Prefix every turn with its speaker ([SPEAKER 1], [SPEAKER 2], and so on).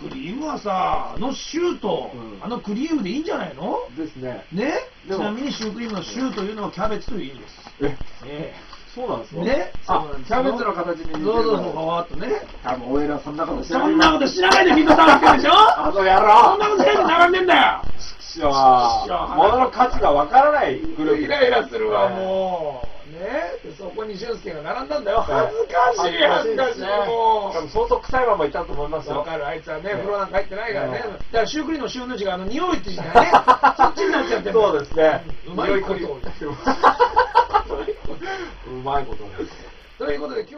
[SPEAKER 1] クリームはさあのシュート、
[SPEAKER 2] うん
[SPEAKER 1] あのクリームでいいんじゃないの
[SPEAKER 2] ですね。
[SPEAKER 1] ねち
[SPEAKER 2] でも
[SPEAKER 1] なみにシュークリームのシューというのはキャベツという意味です
[SPEAKER 2] え、
[SPEAKER 1] え
[SPEAKER 2] そうなんです
[SPEAKER 1] え
[SPEAKER 2] か
[SPEAKER 1] ね
[SPEAKER 2] あ、キャベツの形に似てる。
[SPEAKER 1] そうそうそうわーっとね
[SPEAKER 2] 多分、俺らそんなことして
[SPEAKER 1] そんなこと知らないでみんな食べてるでしょ
[SPEAKER 2] あの野郎
[SPEAKER 1] そんなことせいで並んでんだよ
[SPEAKER 2] 師匠は、物の価値がわからないグループ。
[SPEAKER 1] イライラするわ、
[SPEAKER 2] う。
[SPEAKER 1] もう。ねでそこに俊介が並んだんだよ。
[SPEAKER 2] はい
[SPEAKER 1] 恥ずかしい、恥ずかしい、
[SPEAKER 2] ね
[SPEAKER 1] も
[SPEAKER 2] 多分相当臭いままいたと思います
[SPEAKER 1] う。
[SPEAKER 2] よ。
[SPEAKER 1] わかる、あいつはね、
[SPEAKER 2] はい
[SPEAKER 1] 風呂なんか入ってないからね。
[SPEAKER 2] はい
[SPEAKER 1] だから、シュークリームの塩の字が、あの、匂いって 字がね、そっちになっちゃってる
[SPEAKER 2] そうですね。
[SPEAKER 1] うまいことを言ってる。
[SPEAKER 2] うまいことです。
[SPEAKER 1] ということで、今日